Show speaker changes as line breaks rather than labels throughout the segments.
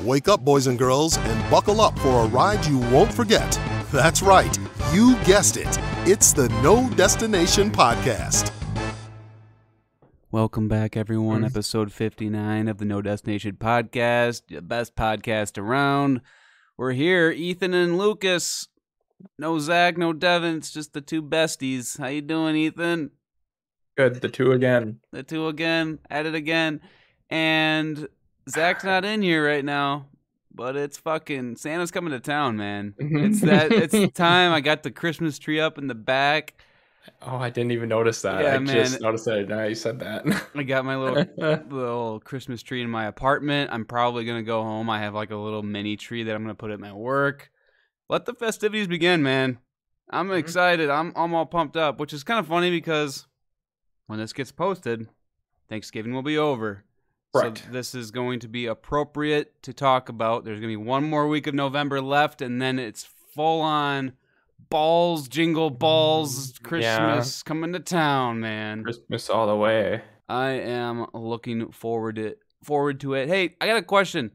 Wake up, boys and girls, and buckle up for a ride you won't forget. That's right, you guessed it. It's the No Destination Podcast.
Welcome back, everyone. Episode 59 of the No Destination podcast, the best podcast around. We're here, Ethan and Lucas. No Zach, no Devin. It's just the two besties. How you doing, Ethan?
Good, the two again.
The two again, at it again. And Zach's not in here right now, but it's fucking Santa's coming to town, man. It's that it's time. I got the Christmas tree up in the back.
Oh, I didn't even notice that.
Yeah,
I just
man.
noticed that now you said that.
I got my little little Christmas tree in my apartment. I'm probably gonna go home. I have like a little mini tree that I'm gonna put at my work. Let the festivities begin, man. I'm
Mhm.
excited. I'm I'm all pumped up, which is kind of funny because when this gets posted, Thanksgiving will be over.
Correct.
So this is going to be appropriate to talk about. There's gonna be one more week of November left, and then it's full on balls, jingle balls,
Mm, yeah.
Christmas coming to town, man.
Christmas all the way.
I am looking forward to forward to it. Hey, I got a question.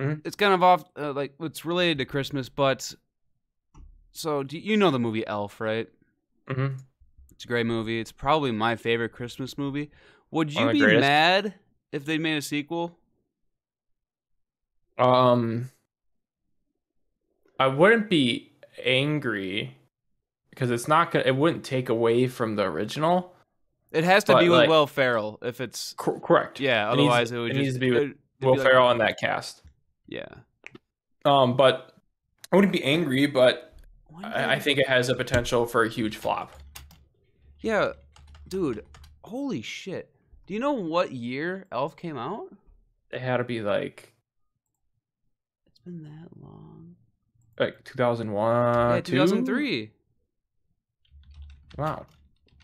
Mhm.
It's kind of off, uh, like it's related to Christmas, but so do you know the movie Elf, right?
hmm
It's a great movie. It's probably my favorite Christmas movie. Would
One
you
of the
be
greatest.
mad if they made a sequel?
Um, I wouldn't be angry because it's not gonna. It wouldn't take away from the original.
It has to
But,
be with
like-
Will Ferrell. If it's
Cor- correct.
yeah,
It needs-
otherwise it, would
it
just
needs to be with
it- it'd be
Will
like-
Ferrell in that cast.
Yeah,
Um, but I wouldn't be angry, but
Wonder-
I, I think it has a potential for a huge flop.
yeah, dude, holy shit! Do you know what year Elf came out?
It had to be like
It's been that long.
like 2001,
yeah, 2003.
Wow,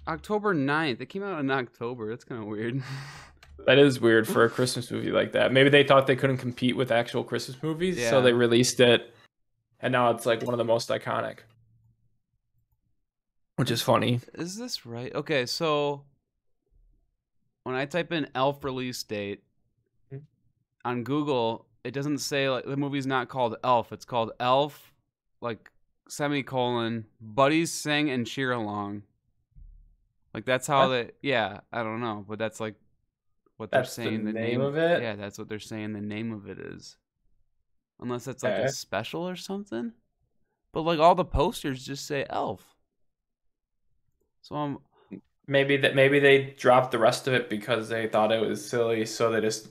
October 9th. It came out in October. That's kind of weird.
that is weird for a Christmas movie like that. Maybe they thought they couldn't compete with actual Christmas movies,
Yeah.
so they released it, and now it's like one of the most iconic. Which is funny.
Is this right? Okay, so when I type in elf release date
Mhm.
on Google, it doesn't say like the movie's not called Elf. It's called Elf, like semicolon, buddies sing and cheer along. Like that's how they yeah, I don't know, but that's like what they're
That's the
saying
name of it?
Yeah, that's what they're saying the name of it is. Unless that's like
Okay.
a special or something. But like all the posters just say elf. So um, I'm
Maybe that maybe they dropped the rest of it because they thought it was silly, so they just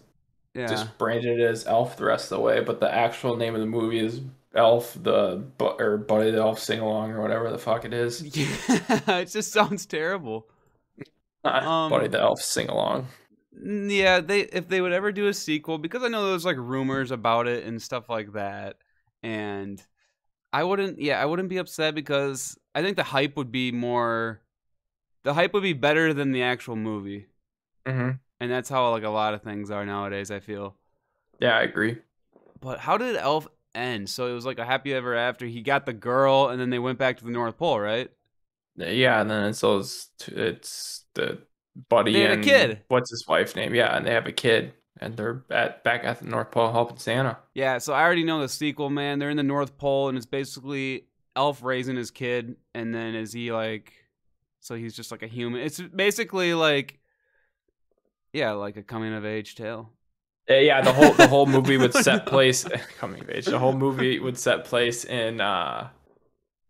yeah.
just branded it as Elf the rest of the way. But the actual name of the movie is Elf the Bu- or Buddy the Elf sing along or whatever the fuck it is.
yeah, it just sounds terrible. Um,
Buddy the Elf sing along.
N- Yeah, they if they would ever do a sequel, because I know there's like rumors about it and stuff like that, and I wouldn't. Yeah, I wouldn't be upset because I think the hype would be more. The hype would be better than the actual movie,
hmm
and that's how like a lot of things are nowadays. I feel.
Yeah, I agree.
But how did Elf end? So it was like a happy ever after. He got the girl, and then they went back to the North Pole, right?
Uh, Yeah, and then it's those t- it's the buddy
They had a
and
kid.
What's his wife name? Yeah, and they have a kid, and they're at back at the North Pole helping Santa.
Yeah, so I already know the sequel, man. They're in the North Pole, and it's basically Elf raising his kid, and then is he like, so he's just like a human. It's basically like, yeah, like a coming of age tale.
Uh, Yeah, the whole the whole movie would set place coming of age. The whole movie would set place in uh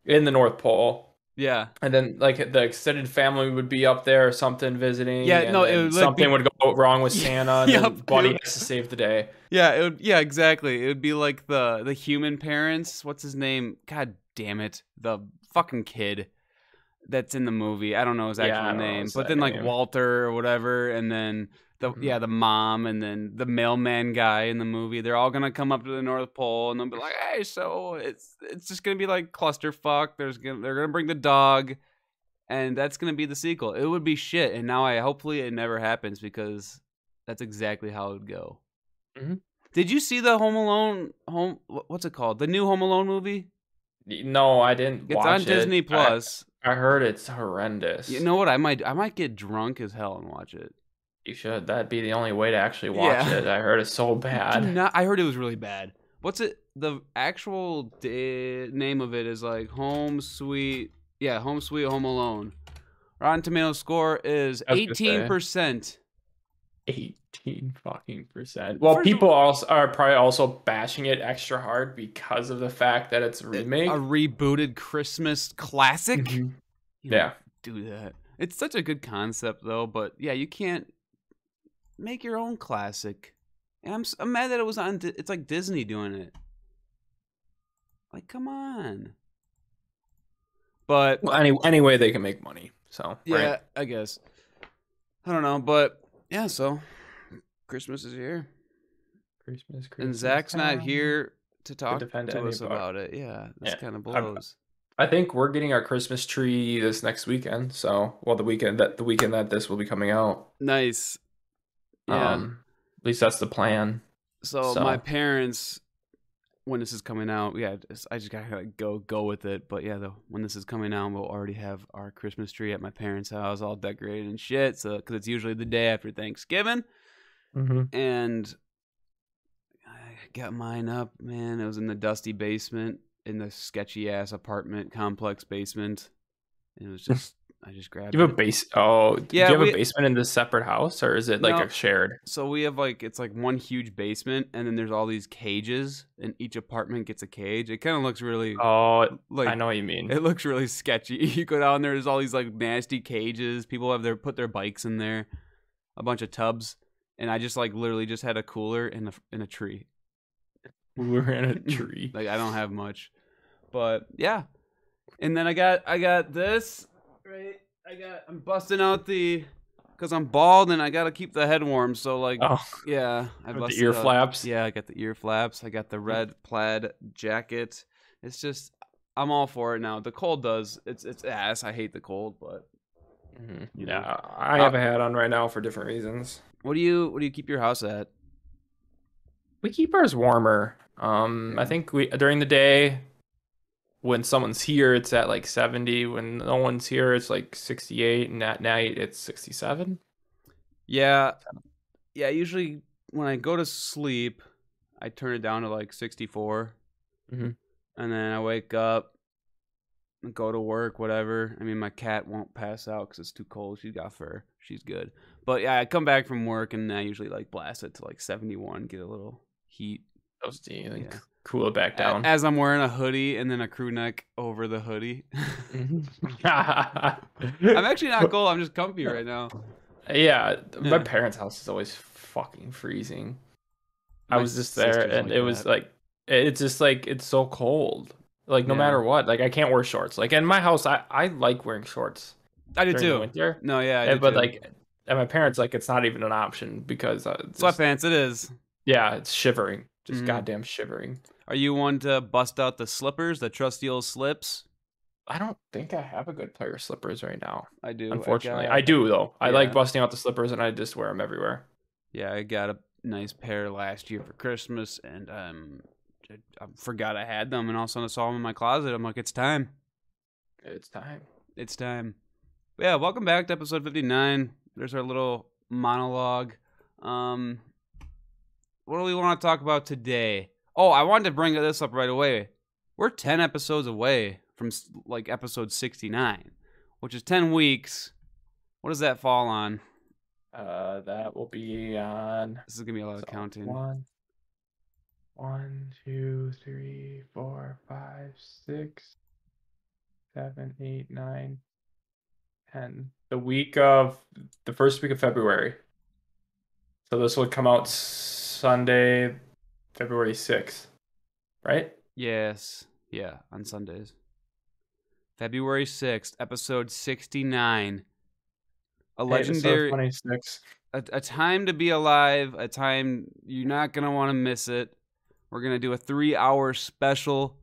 in the North Pole.
Yeah,
And then, like the extended family would be up there or something visiting.
Yeah,
and
no, it
then
would, like,
something
be-
would go wrong with
Yeah,
Santa. and then
yup,
Buddy
dude.
has to save the day.
yeah, it would, yeah, exactly. It would be like the the human parents. What's his name? God damn it, the fucking kid that's in the movie. I don't know his
Yeah, I
actual
don't know
name,
his
but then like
name.
Walter or whatever, and then the
Mhm.
yeah the mom and then the mailman guy in the movie they're all gonna come up to the north pole and they'll be like hey so it's it's just gonna be like clusterfuck there's gonna they're gonna bring the dog and that's gonna be the sequel it would be shit and now i hopefully it never happens because that's exactly how it would go
Mhm.
did you see the home alone home wh- what's it called the new home alone movie
No, I didn't.
it's
watch
on
it.
disney
I-
plus
I, heard it's horrendous.
you know what i might i might get drunk as hell and watch it
you should. That'd be the only way to actually watch
Yeah.
it. I heard it's so
Do
bad.
not- i heard it was really bad what's it? The actual da- name of it is like Home Sweet. Yeah, Home Sweet Home Alone. Rotten Tomatoes score is
I was gonna say.
eighteen percent.
18 fucking percent. Well,
First of
people also are probably also bashing it extra hard because of the fact that it's a
A
remake.
rebooted Christmas classic.
Mhm.
You don't
Yeah.
do that. It's such a good concept though, but yeah, you can't make your own classic. And I'm s- I'm mad that it was on. Di- It's like Disney doing it. Like, come on. But
Well, any any way they can make money. So
yeah,
right.
I guess. I don't know, but yeah. So Christmas is here,
Christmas, Christmas.
and Zach's not
time.
here to talk
defend
to
any
us
of our-
about it. Yeah, this
Yeah,
kind of
I'm- uh
blows.
I think we're getting our Christmas tree this next weekend. So well, the weekend that the weekend that this will be coming out.
nice. Yeah.
Um, at least that's the plan.
So, my
So-
parents, when this is coming out, yeah, it's- I just gotta like, go go with it. But yeah, though, when this is coming out, we'll already have our Christmas tree at my parents' house, all decorated and shit. So, because it's usually the day after Thanksgiving,
Mm-hmm.
and I got mine up, man. It was in the dusty basement in the sketchy ass apartment complex basement, and it was just I just grabbed.
Hmm. You have
it.
a base. Oh, do
Yeah,
you have
we-
a basement in this separate house, or is it like
No.
a shared?
So we have like it's like one huge basement, and then there's all these cages, and each apartment gets a cage. It kind of looks really
Oh,
like
I know what you mean.
it looks really sketchy. You go down there, there's all these like nasty cages. People have their put their bikes in there, a bunch of tubs, and I just like literally just had a cooler and a in a tree.
We're in a tree.
Like I don't have much, but yeah. And then I got I got this right. I got I'm busting out the because I'm bald and I gotta keep the head warm. So like
Oh,
yeah, I
with
busted
the ear
out-
flaps.
Yeah, I got the ear flaps. I got the red plaid jacket. It's just I'm all for it now. The cold does. It's it's ass. I hate the cold, but
Mhm.
You know.
Yeah, I
Uh,
have a hat on right now for different reasons.
what do you what do you keep your house at?
We keep ours warmer. Um, I
Yeah.
think we during the day, when someone's here, it's at like seventy. When no one's here, it's like sixty-eight, and at night it's sixty-seven.
Yeah. Yeah, usually when I go to sleep, I turn it down to like 64.
Mhm.
And then I wake up, and go to work, whatever. I mean, my cat won't pass out because it's too cold. She's got fur. She's good. But yeah, I come back from work and I usually like blast it to like 71, get a little heat.
Toasty, and
Yeah.
c- cool it back
A-
down.
As I'm wearing a hoodie and then a crew neck over the hoodie. I'm actually not cold. I'm just comfy right now.
yeah,
Yeah.
my parents' house is always fucking freezing. I
My
was just there,
sister's
and
like
it was
that.
like it's just like it's so cold. Like no
Yeah.
matter what, like I can't wear shorts. Like in my house, I I like wearing shorts
I do
during the
too.
winter.
No, yeah. I
Yeah,
do
but
too.
like at my parents like it's not even an option because uh, it's just-
sweatpants, it is.
yeah it's shivering just
Mhm.
goddamn shivering
Are you one to bust out the slippers, the trusty old slips?
i don't think i have a good pair of slippers right now
I do.
unfortunately
got-
i do though i
Yeah.
like busting out the slippers and i just wear them everywhere
Yeah, I got a nice pair last year for Christmas, and um, I, I forgot I had them, and all of a sudden I saw them in my closet. I'm like, it's time.
it's time
It's time. But yeah, welcome back to episode 59. There's our little monologue. Um, what do we want to talk about today? Oh, I wanted to bring this up right away. We're 10 episodes away from s- like episode 69, which is 10 weeks. What does that fall on?
uh that will be on
This is going to be a lot of
so,
counting.
one one two three four five six seven eight nine ten the week of the first week of february so this will come out sunday february 6th right
Yes. Yeah, on Sundays. February 6th, episode 69. A
Hey, episode
legendary.
26
a, a time to be alive, a time you're not going to want to miss it. We're going to do a three hour special.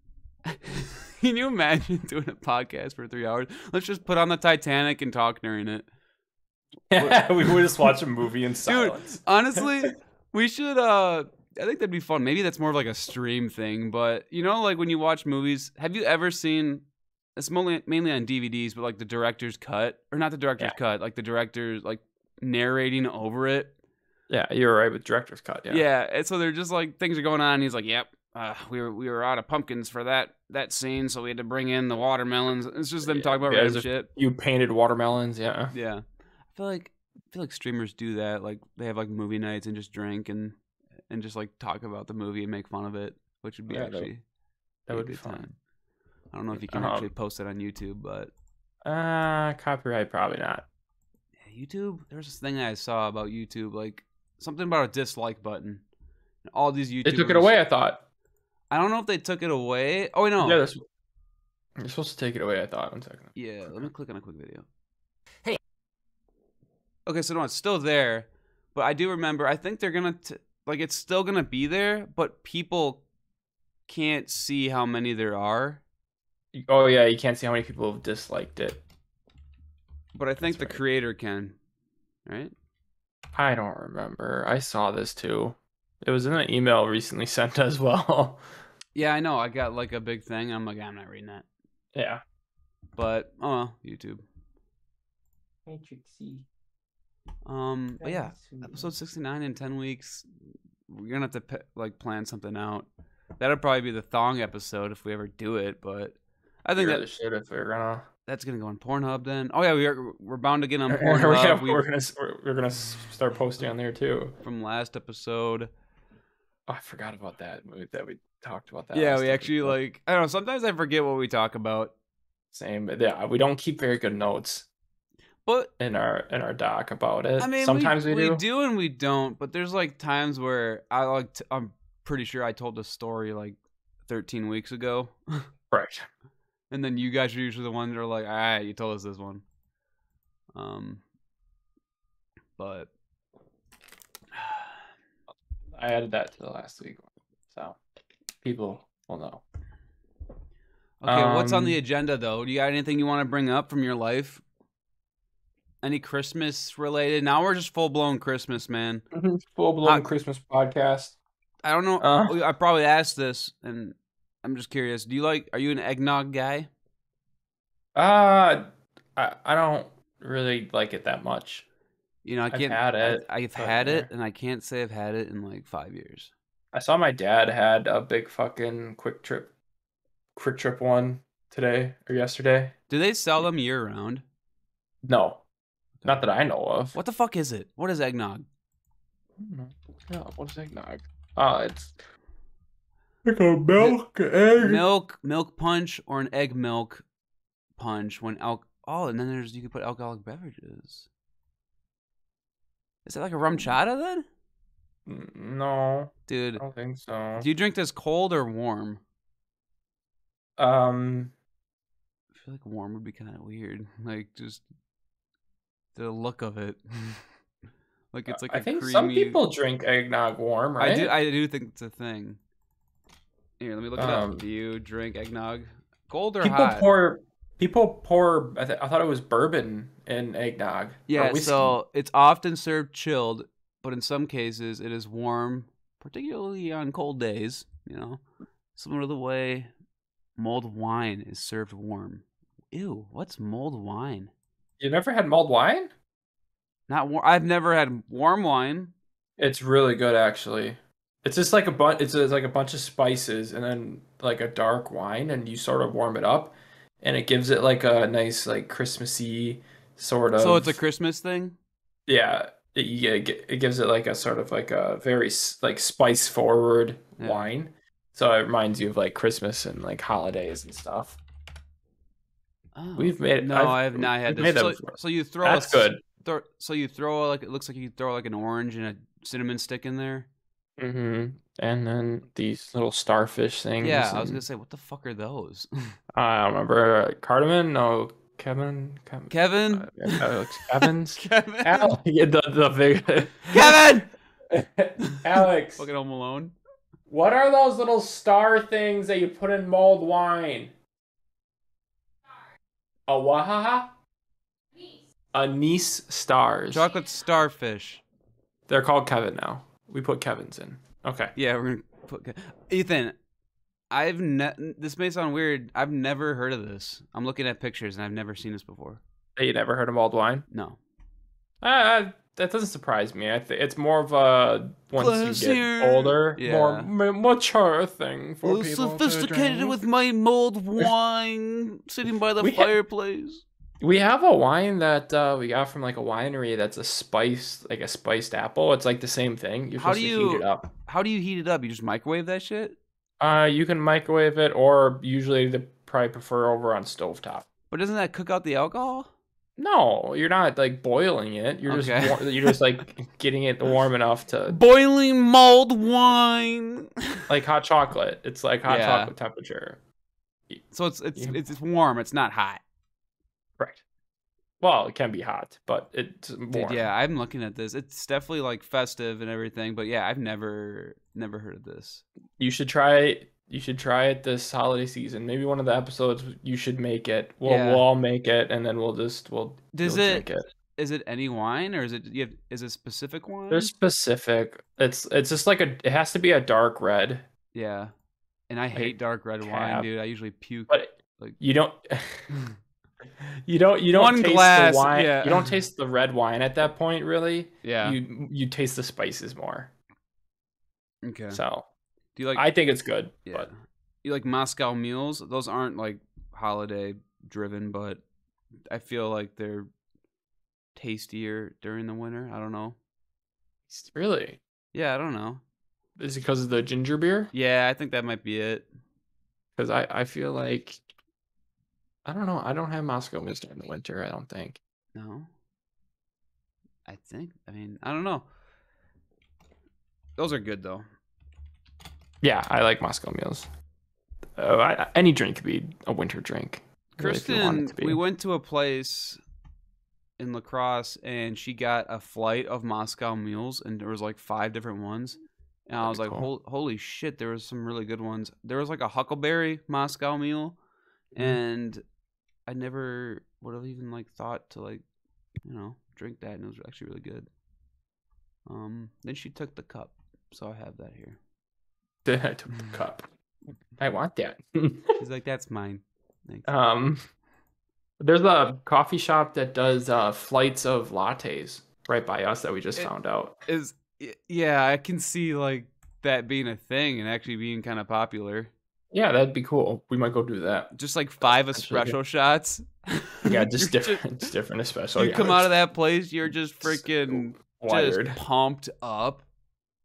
Can you imagine doing a podcast for three hours? Let's just put on the Titanic and talk during it.
we would just watch a movie in silence
Honestly, we should. uh I think that'd be fun. Maybe that's more of like a stream thing, but you know, like when you watch movies, have you ever seen? It's mainly mainly on DVDs, but like the director's cut, or not the director's
Yeah.
cut, like the director's like narrating over it.
Yeah, you're right with director's cut.
Yeah.
Yeah.
And so they're just like things are going on. And he's like, "Yep, uh, we were we were out of pumpkins for that that scene, so we had to bring in the watermelons." It's just them
Yeah,
talking about
yeah,
random
there's
shit.
You painted watermelons. Yeah.
Yeah, I feel like I feel like streamers do that. Like they have like movie nights and just drink and and just like talk about the movie and make fun of it, which would be
Yeah, that-
actually
That
a
would be
good
fun.
time. I don't know if you can
Um,
actually post it on YouTube, but
Uh, copyright probably not.
Yeah, YouTube. There's this thing I saw about YouTube, like something about a dislike button. And all these YouTube.
They took it away. I thought.
I don't know if they took it away. Oh wait, no.
Yeah, that's. You're supposed to take it away. I thought. One second.
Yeah, let
Okay.
me click on a quick video. Hey. Okay, so no, it's still there, but I do remember. I think they're gonna t- like it's still gonna be there, but people can't see how many there are.
Oh yeah, you can't see how many people have disliked it.
But I think
That's
the
right.
creator can, right?
I don't remember. I saw this too. It was in an email recently sent as well.
Yeah, I know. I got like a big thing. I'm like, "Ah, I'm not reading that.
yeah.
But oh, well, YouTube.
Hey, Trixie.
Um, but
That
yeah,
was sweet.
episode 69 in 10 weeks we're gonna have to pe- like plan something out that'll probably be the thong episode if we ever do it but i think
Figure the
that
shit if we're gonna.
that's gonna go on pornhub then oh yeah we're, we're bound to get on
yeah,
pornhub
we're
we,
gonna s- we're, we're gonna s- start posting on there too.
from last episode
Oh, I forgot about that movie that we talked about that.
yeah
last
we
time.
actually like i don't know sometimes i forget what we talk about
same. but Yeah, we don't keep very good notes
but
in our in our doc about it.
i mean we-
sometimes we,
we
do.
and we don't but there's like times where i like t- i'm pretty sure i told a story like 13 weeks ago
Right.
And then you guys are usually the ones that are like, all right, you told us this one. Um, but
I added that to the last week, so people will know.
okay, what's on the
Um,
agenda though? Do you got anything you want to bring up from your life? Any Christmas related? Now we're just full blown Christmas, man.
Full blown
Uh,
Christmas podcast.
I don't know.
Uh.
I probably asked this, and I'm just curious. Do you like? Are you an eggnog guy?
Uh, I, I don't really like it that much.
You know, I
I've
can't.
had it,
I, have
but,
had it,
yeah.
and I can't say I've had it in like five years.
I saw my dad had a big fucking quick trip, quick trip one today or yesterday.
Do they sell them year round?
No, not that I know of.
What the fuck is it? What is eggnog?
No. Yeah, what's eggnog? Uh, it's like a milk egg.
milk milk punch or an egg milk punch when al- oh and then there's you can put alcoholic beverages is that like a rum chata then
N- Mm, No, Hmm. I
dude
don't think so.
do you drink this cold or warm
Um,
i feel like warm would be kind of weird like just the look of it like it's like
Uh, I
a
think
creamy
some people drink eggnog warm, right?
i do i do think it's a thing here let me look it
Um,
up do you drink eggnog cold or
people
hot
pour people pour I, th- I thought it was bourbon in eggnog or
Yeah,
whiskey.
so it's often served chilled, but in some cases it is warm, particularly on cold days, you know. Similar to the way mulled wine is served warm. Ew, what's mulled wine?
you never had mulled wine
Not warm. I've never had warm wine.
it's really good actually it's just like a bunch it's, it's like a bunch of spices and then like a dark wine and you sort of warm it up and it gives it like a nice like christmassy sort of
So it's a Christmas thing?
yeah it, you get- it, gi- it gives it like a sort of like a very s- like spice forward
Yeah.
wine so it reminds you of like christmas and like holidays and stuff
Oh.
We've made-
No,
I've-
i have not had
we've made
this.
that
So,
before.
so you throw a
that's
s-
good
Throw, so you throw like it looks like you throw like an orange and a cinnamon stick in there.
hmm And then these little starfish things.
Yeah, I was
and-
gonna say what the fuck are those?
I don't remember. uh, Cardamom? No, Kevin. Kevin. Uh,
Kevin.
Kevin's.
Kevin.
Alex. Yeah, the, the big.
Kevin.
Alex.
Fucking Home Alone.
What are those little star things that you put in mulled wine? A wahaha? Anise stars.
Chocolate starfish.
They're called Kevin now. We put Kevin's in. Okay.
Yeah, we're gonna put Ethan. I've ne- this may sound weird. I've never heard of this. I'm looking at pictures and I've never seen this before.
Hey, you never heard of mulled wine?
No,
I, I Uh, that doesn't surprise me. I think it's more of a once you get
Classier.
older, more
Yeah.
ma- mature thing for
Well,
people. to
sophisticated
drink.
with my mulled wine, sitting by the
We ha-
fireplace.
We have a wine that uh, we got from like a winery that's a spiced, like a spiced apple. It's like the same thing. You're
How
supposed
do
to heat it
you-
up.
How do you heat it up? You just microwave that shit?
Uh, you can microwave it, or usually they probably prefer over on stovetop.
But doesn't that cook out the alcohol?
No, you're not like boiling it. You're
Okay.
just war- you're just like getting it warm enough to
Boiling mulled wine.
like hot chocolate. It's like hot
Yeah.
chocolate temperature.
so it's it's,
Yeah.
it's it's warm. It's not hot.
Correct. Well, it can be hot, but it's warm.
Dude, yeah, I'm looking at this. It's definitely like festive and everything. But yeah, I've never never heard of this.
You should try. You should try it this holiday season. Maybe one of the episodes you should make it. We'll,
Yeah.
we'll all make it, and then we'll just we'll.
Does
we'll
it,
drink it?
is it any wine or is it you have is it specific wine?
They're specific. It's it's just like a. It has to be a dark red,
Yeah. And I
a
hate dark red wine,
tab.
dude. I usually puke.
but
Like-
you don't. You don't. You don't
One
taste
glass,
the wine.
yeah.
You don't taste the red wine at that point, really.
yeah.
You you taste the spices more.
okay.
So
Do you like
I think it's good.
yeah.
But
You like Moscow mules? Those aren't like holiday driven, but I feel like they're tastier during the winter. I don't know.
really,
Yeah, I don't know.
is it because of the ginger beer?
Yeah, I think that might be it.
because I, I feel like I don't know. I don't have Moscow mules during the winter. I don't think.
No. I think. I mean, I don't know. Those are good though.
Yeah, I like Moscow mules. Uh, I, any drink could be a winter drink. really, if you want it
Kristen,
to be.
we went to a place in lacrosse and she got a flight of Moscow mules and there was like five different ones. And I was
That'd be
like,
cool.
"Hol- holy shit, there was some really good ones. There was like a huckleberry Moscow mule
Mhm.
and I never would have even like thought to like, you know, drink that and it was actually really good. Um then she took the cup. So I have that here.
I took the cup. I want that.
She's like, "That's mine." Thanks.
um, there's a coffee shop that does uh, flights of lattes right by us that we just
It-
found out.
is y- yeah i can see like that being a thing and actually being kind of popular
Yeah, that'd be cool. We might go do that.
just like five
actually good.
espresso shots
Yeah, just
You're
different, just different, especially.
you come out of that place you're just freaking
wired.
just pumped up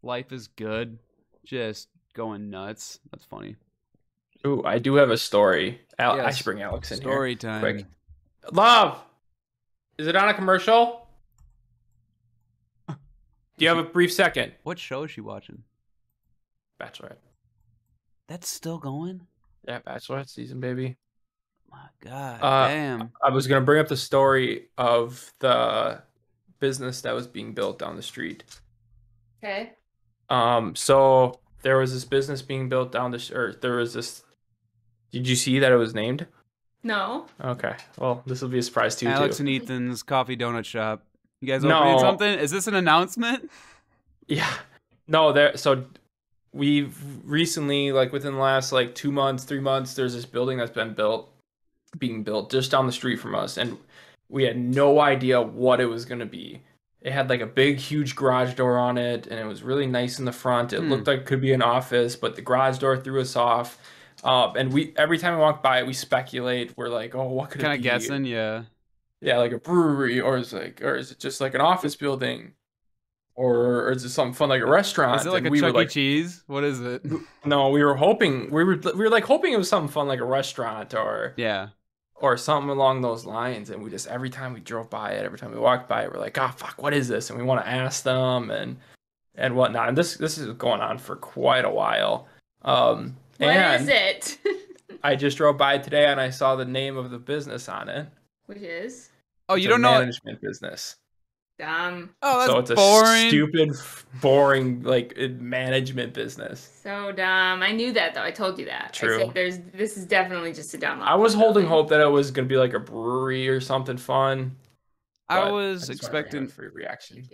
life is good just going nuts that's funny
Ooh, I do have a story. Al- I
Yes.
should bring Alex in
story time
here. Quick. Love, is it on a commercial? Do you have a brief second?
what show is she watching
Bachelorette.
that's still going
Yeah, Bachelorette season, baby.
my god
Uh,
damn
I was gonna bring up the story of the business that was being built down the street.
Okay.
Um, so there was this business being built down the sh- or there was this. Did you see that it was named?
No.
Okay. Well, this will be a surprise to you
alex
too.
and ethan's coffee donut shop you guys
No.
opening something is this an announcement
Yeah. No, there so we've recently like within the last like 2 months, 3 months there's this building that's been built being built just down the street from us and we had no idea what it was going to be. It had like a big huge garage door on it and it was really nice in the front. It
Hmm.
looked like it could be an office, but the garage door threw us off. Um, and we every time we walk by it, we speculate. We're like, "Oh, what could
kind
it
of
be?"
guessing yeah
yeah, like a brewery, or is like, or is it just like an office building, or, or is it something fun like a restaurant?
is it like
And
a
we were
chuck e cheese what is it
No, we were hoping we were we were like hoping it was something fun like a restaurant or
Yeah.
or something along those lines. And we just every time we drove by it, every time we walked by it, we're like, ah, fuck, what is this? And we want to ask them and and whatnot. And this this is going on for quite a while. Um,
What is
and
it?
I just drove by today and I saw the name of the business on it.
Which is
Oh,
It's
you
a
don't know.
management business.
dumb.
Oh, that's
so it's a
boring.
stupid, f- boring like uh, management business.
So dumb. I knew that though. I told you that. I
True.
said there's this is definitely just a dumb.
I was
office
holding
building.
hope that it was gonna be like a brewery or something fun. but
I was
just wanted to bring
expecting.
it up for your reaction.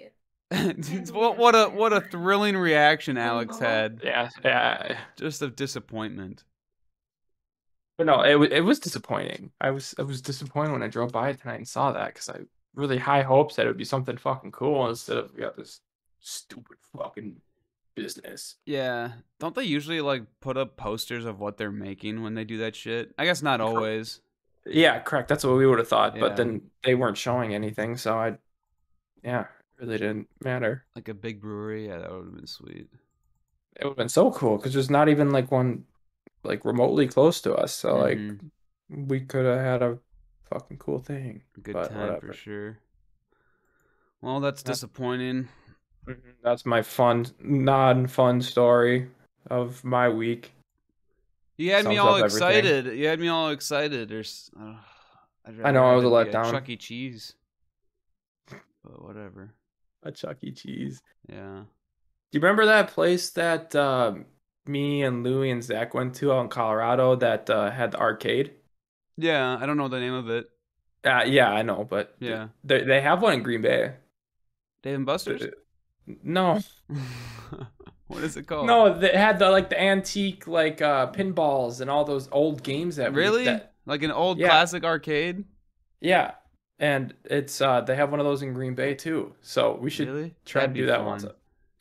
what what a what a thrilling reaction Alex had.
Yeah, yeah,
Just of disappointment.
but no, it was it was disappointing. I was I was disappointed when I drove by it tonight and saw that because I really high hopes that it would be something fucking cool instead of we got this stupid fucking business.
Yeah. Don't they usually like put up posters of what they're making when they do that shit? I guess not
Correct.
always.
Yeah, correct. That's what we would have thought,
Yeah.
but then they weren't showing anything, so I, yeah, it really didn't matter.
Like a big brewery, yeah, that would have been sweet.
It would have been so cool because there's not even like one, like remotely close to us. So like
Mhm.
we could have had a fucking cool thing.
good
but
time
whatever.
for sure. Well, that's
Yeah.
disappointing.
Mhm. That's my fun, non-fun story of my week.
You had me
Sums
all
up everything.
excited. You had me all excited. There's, uh, I'd rather
know, I
have
was a
it be
letdown.
Chuck E. Cheese, but whatever.
A Chuck E. Cheese.
Yeah.
Do you remember that place that uh, me and Louie and Zach went to out in Colorado that uh, had the arcade?
Yeah. I don't know the name of it.
Uh, yeah, I know, but
Yeah.
they they have one in Green Bay.
Dave and Buster's.
No,
what is it called?
no, they had the like the antique like uh, pinballs and all those old games that we-
Really?
that-
Like an old
Yeah.
classic arcade.
yeah, and it's uh, they have one of those in Green Bay too. So we should
really?
try
That'd
to do
be
that
fun.
once.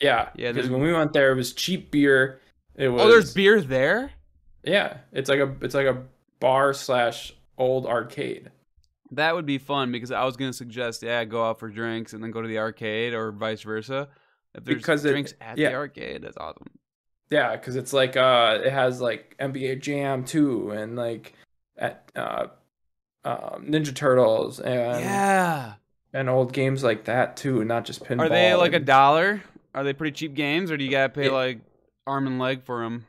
Yeah,
Yeah,
Because
there's-
when we went there, it was cheap beer. It was
Oh, there's beer there.
yeah. It's like a it's like a bar slash old arcade.
That would be fun because I was gonna suggest, yeah, go out for drinks and then go to the arcade or vice versa. If there's
Because it-
drinks at
yeah.
the arcade, that's awesome.
Yeah, because it's like uh, it has like NBA Jam two and like at uh, um, Ninja Turtles and
yeah.
and old games like that too, not just pinball.
Are they like a
and-
dollar? Are they pretty cheap games, or do you gotta pay
Yeah.
like arm and leg for them?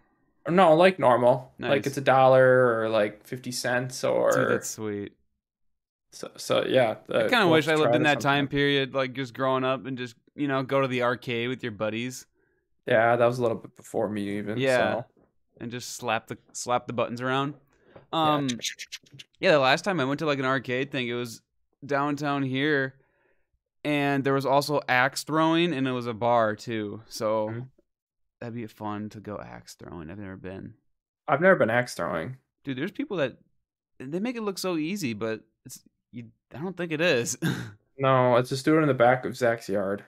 no, like normal,
Nice.
like it's a dollar or like fifty cents or
Dude, that's sweet.
so, so. Yeah, uh,
I kind of wish I lived in that time period, like just growing up and just you know go to the arcade with your buddies
Yeah, that was a little bit before me even.
Yeah.
so.
and just slap the slap the buttons around.
Yeah.
Um, Yeah, the last time I went to like an arcade thing, it was downtown here, and there was also axe throwing, and it was a bar too. So
Mhm.
that'd be fun to go axe throwing. I've never been,
I've never been axe throwing.
dude. There's people that they make it look so easy, but it's you. I don't think it is.
No, let's just do it in the back of Zach's yard.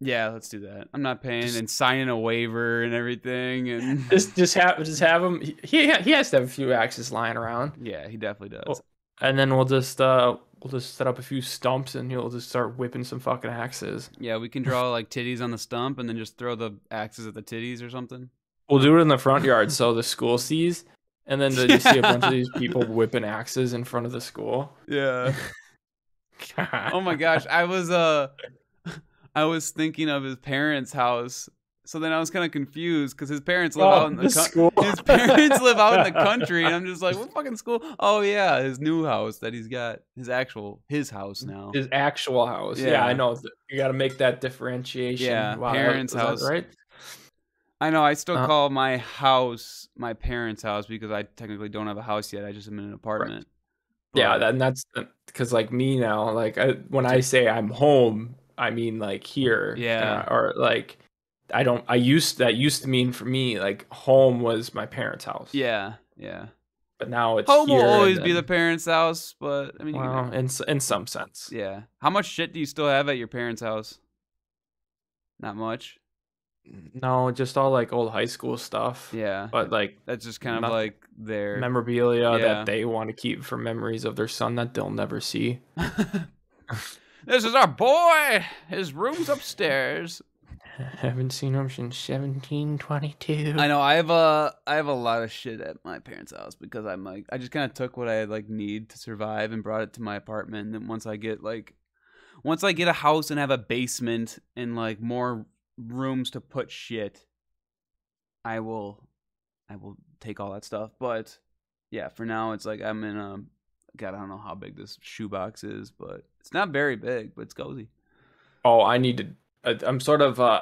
yeah, let's do that. I'm not paying
Just-
and signing a waiver and everything, and
Just, just have, just have him. He, he he has to have a few axes lying around.
yeah, he definitely does.
Oh. and then we'll just uh we'll just set up a few stumps and he'll just start whipping some fucking axes.
Yeah, we can draw like titties on the stump and then just throw the axes at the titties or something.
We'll do it in the front yard so the school sees, and then they just see a bunch of these people whipping axes in front of the school.
Yeah. oh my gosh i was uh i was thinking of his parents house so then i was kind of confused because his parents live out in the,
Oh, the
coun-
school.
his parents live out in the country and i'm just like what fucking school oh yeah his new house that he's got his actual his house now
Mm, His actual house. Yeah,
Yeah.
I know. You got to make that differentiation.
Yeah,
that-
parents'
was that
house.
right?
i know i still
Uh.
call my house my parents house because i technically don't have a house yet i just am in an apartment
Yeah,
But-
that, and that's because like me now, like I, when I say I'm home, I mean like here. and
Yeah.
I- or like I don't. I used that used to mean for me like home was my parents' house.
yeah yeah
But now it's
home will
here and
always be the
then-
parents house but i mean you can-
Well, in s- in some sense.
yeah how much shit do you still have at your parents house not much
No, just all like old high school stuff.
yeah
But like
That's just kind of
Nothing.
like their
memorabilia
Yeah.
that they want to keep for memories of their son that they'll never see.
this is our boy. His room's upstairs.
Haven't seen him since 1722.
I know I have a I have a lot of shit at my parents' house because I'm like I just kind of took what I like need to survive and brought it to my apartment. And then once I get like once I get a house and have a basement and like more rooms to put shit, I will I will take all that stuff. But yeah, for now it's like I'm in a God I don't know how big this shoebox is, but it's not very big, but it's cozy.
Oh, I need to. I- I'm sort of, uh,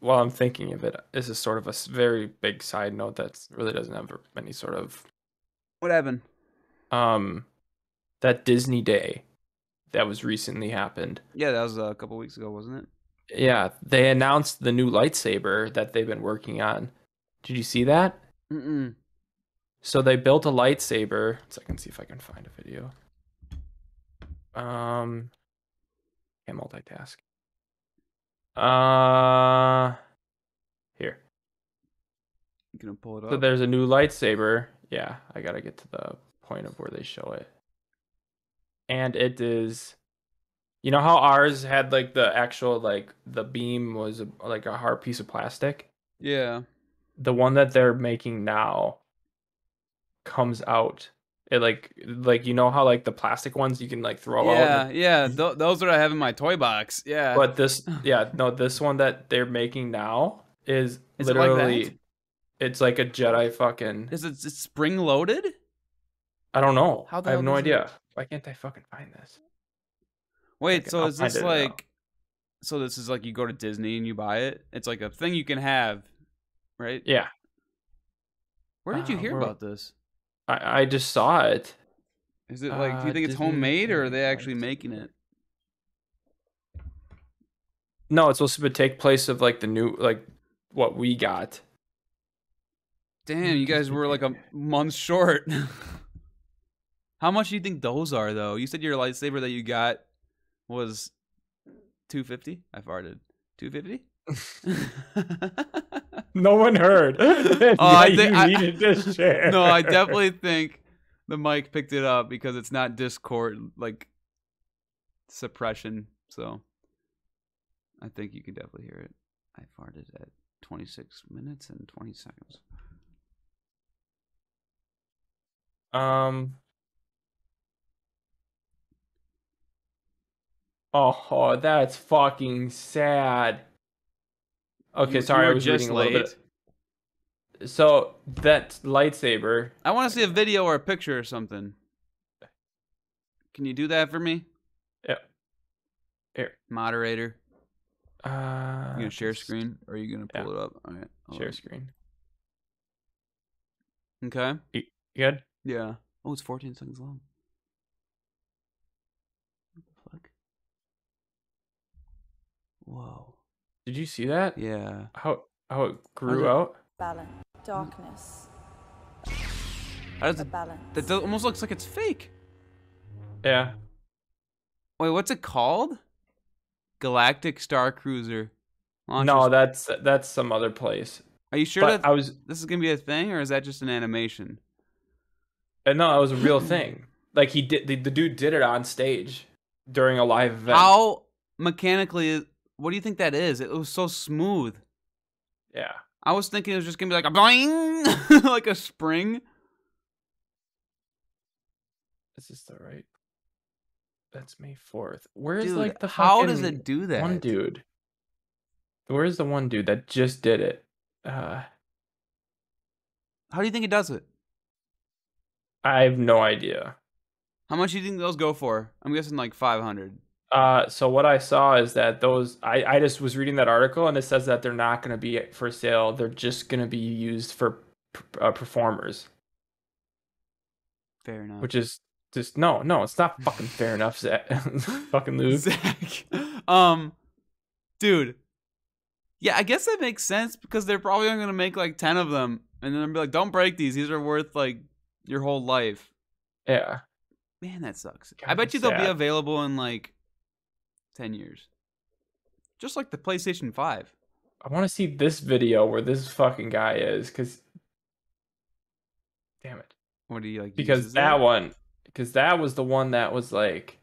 while I'm thinking of it, this is sort of a s- very big side note that really doesn't have any sort of,
What happened?
um, that Disney Day that was recently happened.
Yeah, that was uh, a couple weeks ago, wasn't it?
Yeah, they announced the new lightsaber that they've been working on. Did you see that?
Mm-mm.
So they built a lightsaber. So I can see if I can find a video. Um, Can't multitask. Uh, here.
You gonna pull it up?
So there's a new lightsaber. Yeah, I gotta get to the point of where they show it. And it is, you know how ours had like the actual like the beam was a, like a hard piece of plastic.
yeah.
The one that they're making now comes out. It like like you know how like the plastic ones you can like throw
yeah,
out.
yeah. Th- those are what I have in my toy box. Yeah.
But this, yeah, no, this one that they're making now is,
Is it like that?
literally, it's like a Jedi fucking.
Is it spring loaded?
I don't know.
How the
I have
hell
no
does it-
idea. Why can't I fucking find this?
Wait,
Okay,
so
I'll
is
find
this
it out.
like so this is like you go to Disney and you buy it? It's like a thing you can have, right?
Yeah,
Where did you
uh,
hear
where-
about this?
I, I just saw it.
Is it like do you
uh,
think it's
Disney
homemade or are
and
they actually
Lights.
making it?
No, it's supposed to take place of like the new, like what we got.
Damn, you guys were like a month short. How much do you think those are though? You said your lightsaber that you got was 250? I farted. 250?
No one heard.
Oh, I think- I-
this shit.
no, I definitely think the mic picked it up because it's not Discord like suppression. So I think you can definitely hear it. I farted at 26 minutes and 20 seconds.
Um. Oh, that's fucking sad. Okay,
You-
sorry,
you
I
were
was
just
reading a little bit. So that lightsaber.
I want to see a video or a picture or something. Can you do that for me?
Yeah. Here.
Moderator,
Uh,
you gonna share
just
screen Oh. or are you gonna pull it up? All right, hold
Share
on.
screen.
Okay.
You good?
Yeah. Oh, it's 14 seconds long. What the fuck? Whoa.
Did you see that?
Yeah.
How how it grew
it-
out?
balance, darkness,
How does
a
it,
balance.
that does, almost looks like it's fake.
Yeah.
Wait, what's it called? Galactic Star Cruiser. Launches-
No, that's that's some other place.
Are you sure
but
that
I was
this is gonna be a thing, or is that just an animation?
uh, no, that was a real thing. Like he did the, the dude did it on stage during a live event.
How mechanically? is- What do you think that is? It was so smooth.
Yeah.
I was thinking it was just gonna be like a boing, like a spring.
Is this the right? That's May fourth. Where's
Dude,
like the
how does
fucking
it do that?
One dude. Where's the one dude that just did it? Uh,
How do you think it does it?
I have no idea.
How much do you think those go for? I'm guessing like 500.
Uh, so what I saw is that those I, I just was reading that article and it says that they're not going to be for sale. They're just going to be used for p- uh, performers,
Fair enough.
which is just no, no, it's not fucking fair enough. Zach. fucking lose.
Zach. Um, dude. Yeah, I guess that makes sense because they're probably only gonna make like 10 of them, and then I'm be like, don't break these. These are worth like your whole life.
Yeah,
Man, that sucks. I
God,
bet
that's
you they'll be
sad.
available in like 10 years, just like the PlayStation 5.
I want to see this video where this fucking guy is because. Damn it.
What do you like?
because
uses it?
that one because that was the one that was like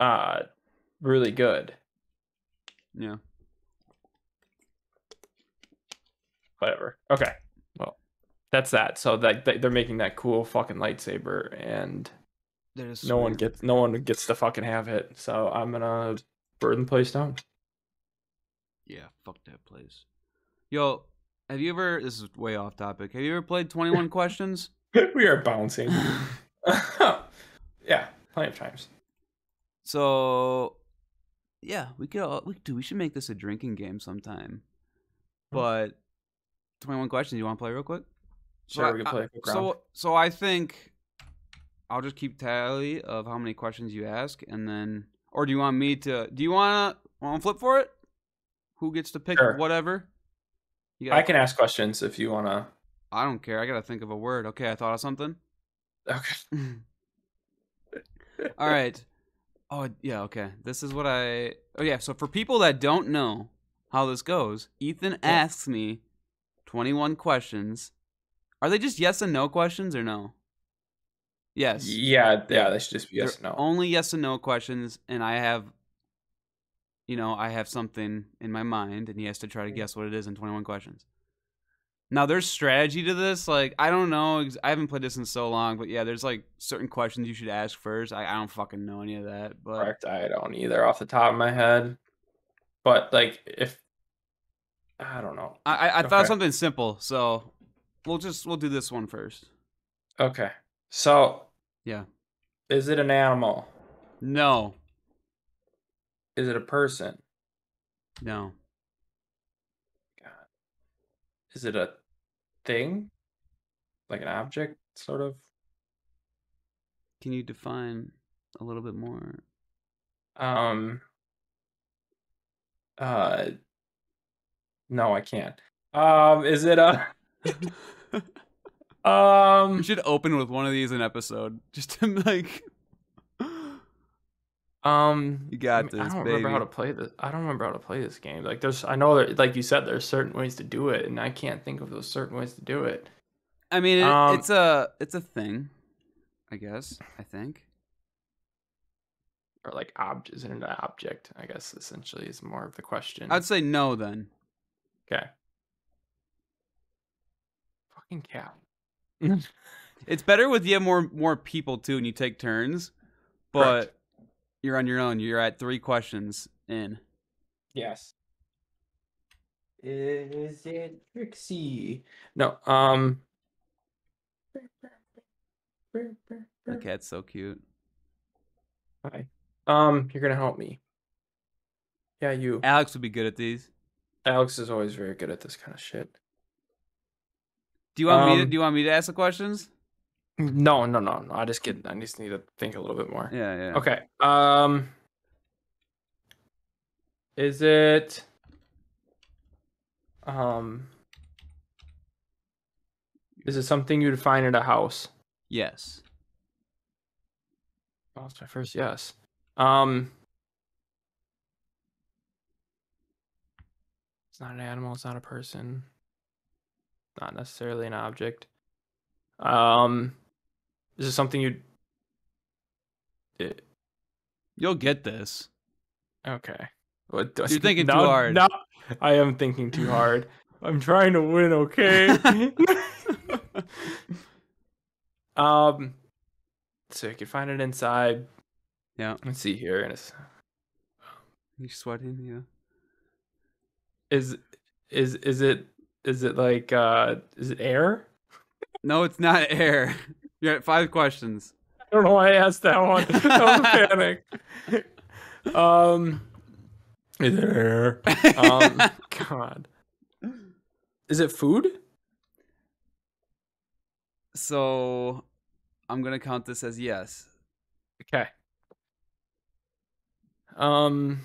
uh really good
Yeah.
whatever okay well that's that so that they- they're making that cool fucking lightsaber and
That is
no one
sweet.
gets no one gets to fucking have it so i'm gonna burn the place down
Yeah, fuck that place. Yo, have you ever? This is way off topic. Have you ever played Twenty One Questions?
we are bouncing yeah plenty of times
So, yeah, we could. All, we do. We should make this a drinking game sometime.
Hmm.
But Twenty One Questions. You want to play real quick? So
sure
I-
we can play a quick round.
So, so I think I'll just keep tally of how many questions you ask, and then, or do you want me to? Do you want to? Want to flip for it? Who gets to pick
Sure.
whatever? You
i
gotta-
can ask questions if you wanna
I don't care. I gotta think of a word. Okay, I thought of something.
okay
All right. Oh, yeah, okay. This is what I. Oh, yeah. So, for people that don't know how this goes, Ethan asks me 21 questions. Are they just yes and no questions or no? Yes.
Yeah, yeah, that should just be
They're
yes or no.
Only yes and no questions, and I have, you know, I have something in my mind, and he has to try to guess what it is in 21 questions. Now, there's strategy to this. Like, I don't know. ex- I haven't played this in so long, but yeah, there's like certain questions you should ask first. I, I don't fucking know any of that, but
Correct. I don't either off the top of my head. But like if I don't know.
I, I, I thought
Okay.
something simple. So we'll just we'll do this one first.
Okay. So
Yeah.
is it an animal?
No,
Is it a person?
no,
Is it a thing? Like an object sort of?
Can you define a little bit more?
Um uh No, I can't. Um is it a
we
um
should open with one of these an episode, just to like.
um
You got
I
this,
don't remember how
baby.
to play this. I don't remember how to play this game. Like there's I know that like you said there's certain ways to do it and I can't think of those certain ways to do it.
I mean, it,
Um,
it's a it's a thing, I guess. I think.
Or like object is it an object? I guess essentially is more of the question.
I'd say no then.
okay. Fucking cat.
It's better with you have more more people too, and you take turns. But
Correct.
you're on your own. You're at three questions in.
Yes. Is it Trixie? No. Um.
The cat's so cute.
Hi. Um, you're gonna help me. Yeah, you.
Alex would be good at these.
Alex is always very good at this kind of shit.
Do you want me? To,
Um,
do you want me to ask the questions?
No, no, no, no. I just get. I just need to think a little bit more.
Yeah, yeah.
Okay. Um. Is it? Um. Is it something you'd find at a house?
Yes.
Oh, it's my first yes. Um, it's not an animal. It's not a person. Not necessarily an object. Um, is this something eh, you? It,
You'll get this.
okay. What, do I
You're
sk-
thinking too
no,
hard.
No, I am thinking too hard. I'm trying to win. Okay. um, so you can find it inside.
Yeah.
Let's see here, and it's
You sweating? Yeah.
is is is it is it like uh is it air
No, it's not air. You're at five questions.
i don't know why i asked that one that was panic um is it air um god is it food
So, I'm gonna count this as yes.
okay um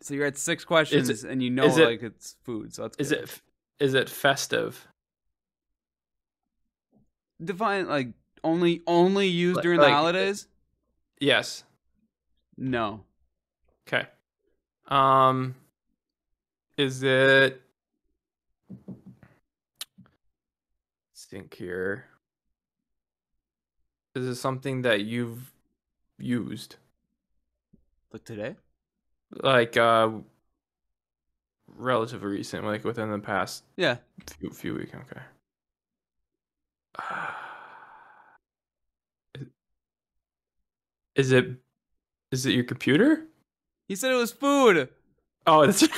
So you're at six questions, and you know
is it-
like it's food. So that's
is
good.
it f- is it festive
define like only only used
Like-
during
like,
the
it-
holidays?
yes
No.
okay um is it Let's think here. Is this something that you've used?
Like today?
Like uh relatively recent, like within the past
Yeah.
few few weeks, okay. Is it is it your computer?
He said it was food.
Oh, it's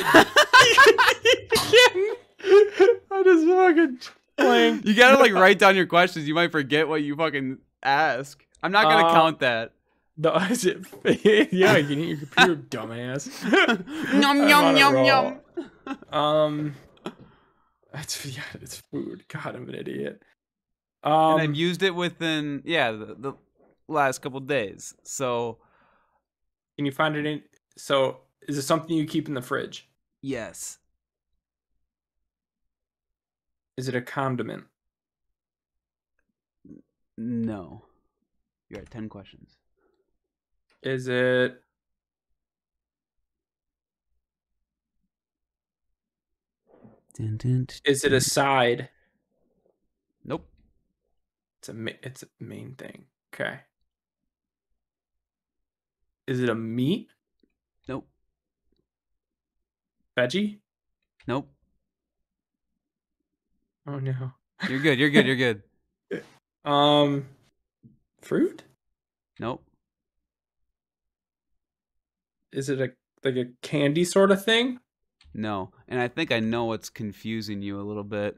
I just fucking blanked.
You gotta like write down your questions. You might forget what you fucking ask. I'm not gonna
Uh,
count that.
No, is it? yeah, you need your computer, dumbass. I'm on a roll. Um, it's yeah, it's food. God, I'm an idiot. Um,
and I've used it within yeah the, the last couple days. So
can you find it in? So, is it something you keep in the fridge?
yes,
Is it a condiment?
no. You're at ten questions.
Is it?
Dun, dun, t-
Is it a side?
nope.
It's a. ma- It's a main thing. Okay. Is it a meat?
Nope.
Veggie?
Nope.
Oh no.
You're good. You're good. You're good.
Um, fruit?
Nope.
Is it a like a candy sort of thing?
No. And I think I know what's confusing you a little bit.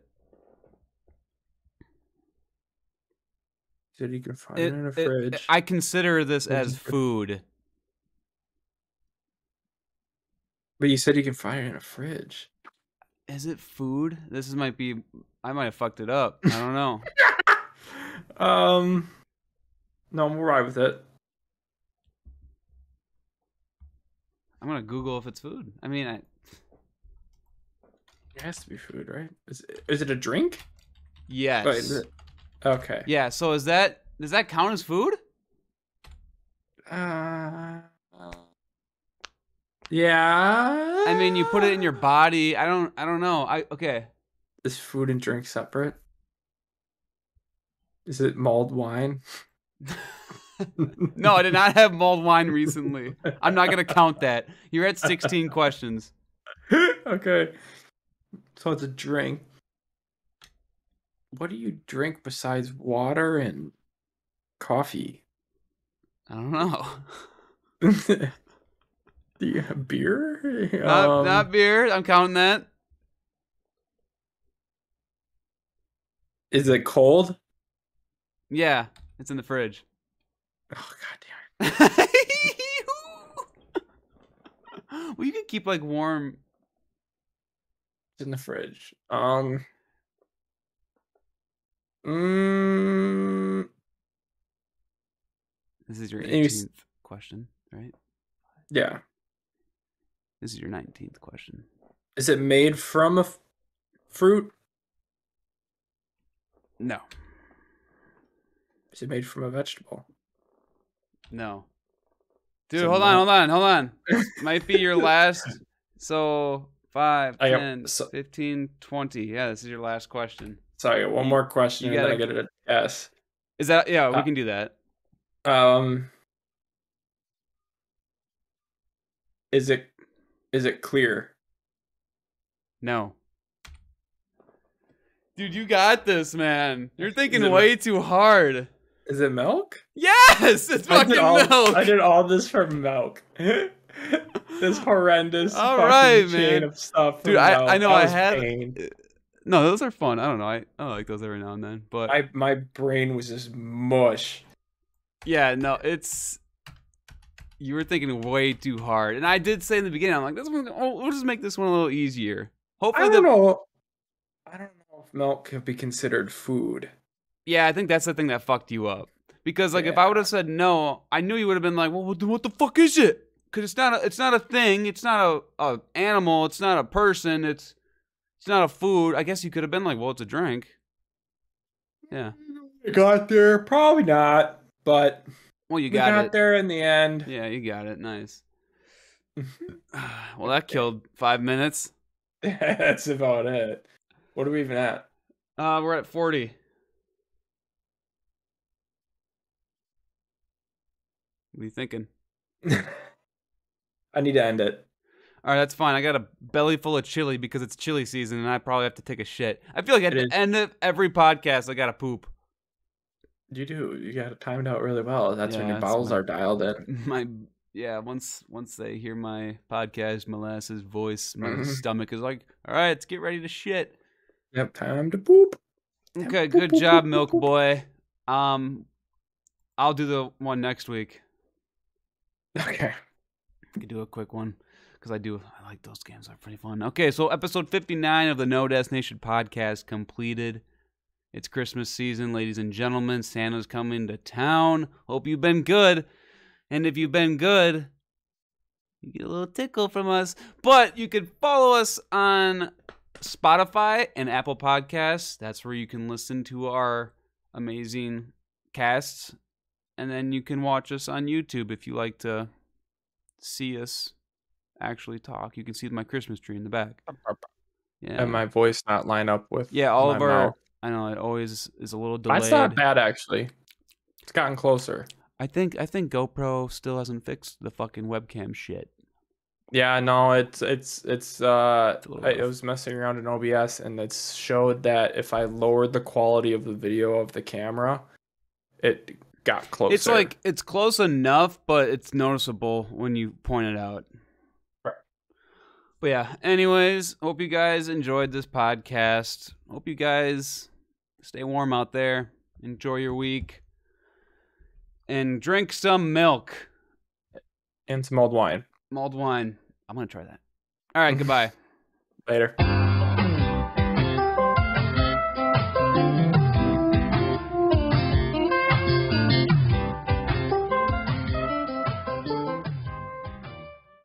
That you can find
It-
in a
it-
fridge.
I consider this
Fridge
as
is fr-
food.
but you said you can find it in a fridge.
Is it food? This is, might be. I might have fucked it up. I don't know.
um, no, we'll ride with it.
I'm gonna Google if it's food. I mean, I,
It has to be food, right? Is is it a drink?
yes.
Wait, is it- okay.
Yeah. So is that does that count as food?
Uh, yeah.
I mean, you put it in your body. I don't. I don't know. I okay.
Is food and drink separate? Is it mulled wine?
No, I did not have mulled wine recently. I'm not gonna count that. You're at 16 questions.
okay. So it's a drink. What do you drink besides water and coffee?
I don't know.
do you have beer?
Not,
Um,
not beer. I'm counting that.
is it cold?
Yeah, it's in the fridge.
Oh god damn
well, you can keep like warm.
it. It's in the fridge. Um mm,
This is your
And you s-
18th question, right?
yeah.
This is your 19th question.
Is it made from a f- fruit?
No,
Is it made from a vegetable?
no. Dude,
So
hold on,
no.
hold on, hold on. Might be your last. So five,
I got-
10,
so-
15, 20. Yeah, this is your last question.
So I get one more question
you
and then I
gotta-
get it a yes.
Is that yeah? We
Uh,
can do that.
Um, is it is it clear?
No. Dude, you got this, man. You're
Is
thinking
it a-
way too hard.
Is it milk?
Yes, it's fucking
I did all,
milk.
I did all this for milk. this horrendous
All
fucking
right,
chain
man.
of stuff. for
Dude, I-
milk.
I know
That
I
was
had-
pain.
No, those are fun. I don't know. I, I like those every now and then. But
I my brain was just mush.
yeah, no, it's you were thinking way too hard. And I did say in the beginning, I'm like, this one oh, we'll just make this one a little easier. Hopefully
I
the
don't know. I don't know if milk could be considered food.
Yeah, I think that's the thing that fucked you up. Because like if I would have said no, I knew you would have been like, "Well, what the- what the fuck is it?" Cuz it's not a it's not a thing, it's not a, a animal, it's not a person, it's it's not a food. I guess you could have been like, "Well, it's a drink." Yeah.
I got there, probably not, but
Well, you
we
got,
got
it.
there in the end.
Yeah, you got it. Nice. well, that killed 5 minutes.
That's about it. What are we even at?
Uh we're at 40. What are you thinking?
I need to end it.
All right, that's fine. I got a belly full of chili because it's chili season, and I probably have to take a shit. I feel like at
It
the
is.
end of every podcast, I gotta poop.
You do. You got it timed out really well. That's when
Yeah,
your
that's
bowels
my-
are dialed in.
My yeah, once once they hear my podcast molasses voice, my
Mhm.
stomach is like, all right, let's get ready to shit.
Yep, time to poop. Yeah,
Okay,
poop,
good
poop,
job,
poop,
Milk
poop, poop.
Boy. Um, I'll do the one next week.
Okay.
I could do a quick one because I do. I like those games. They're pretty fun. Okay, so episode 59 of the No Destination podcast completed. It's Christmas season, ladies and gentlemen. Santa's coming to town. Hope you've been good. And if you've been good, you get a little tickle from us. But you can follow us on Spotify and Apple Podcasts. That's where you can listen to our amazing casts. and then you can watch us on YouTube if you like to see us actually talk. You can see my Christmas tree in the back. Yeah.
And my voice not line up with
yeah, all
my
of our
mouth.
I know it always is a little delayed.
Mine's not bad actually. It's gotten closer.
I think I think GoPro still hasn't fixed the fucking webcam shit.
Yeah, no, it's it's it's uh
It's a little
I, I
rough.
was messing around in OBS and it showed that if I lowered the quality of the video of the camera, it got closer.
It's like it's close enough, but it's noticeable when you point it out.
Right.
But yeah, anyways, hope you guys enjoyed this podcast. Hope you guys stay warm out there. Enjoy your week. And drink some milk.
and some old wine.
Mulled wine. I'm gonna try that. Alright, goodbye.
Later.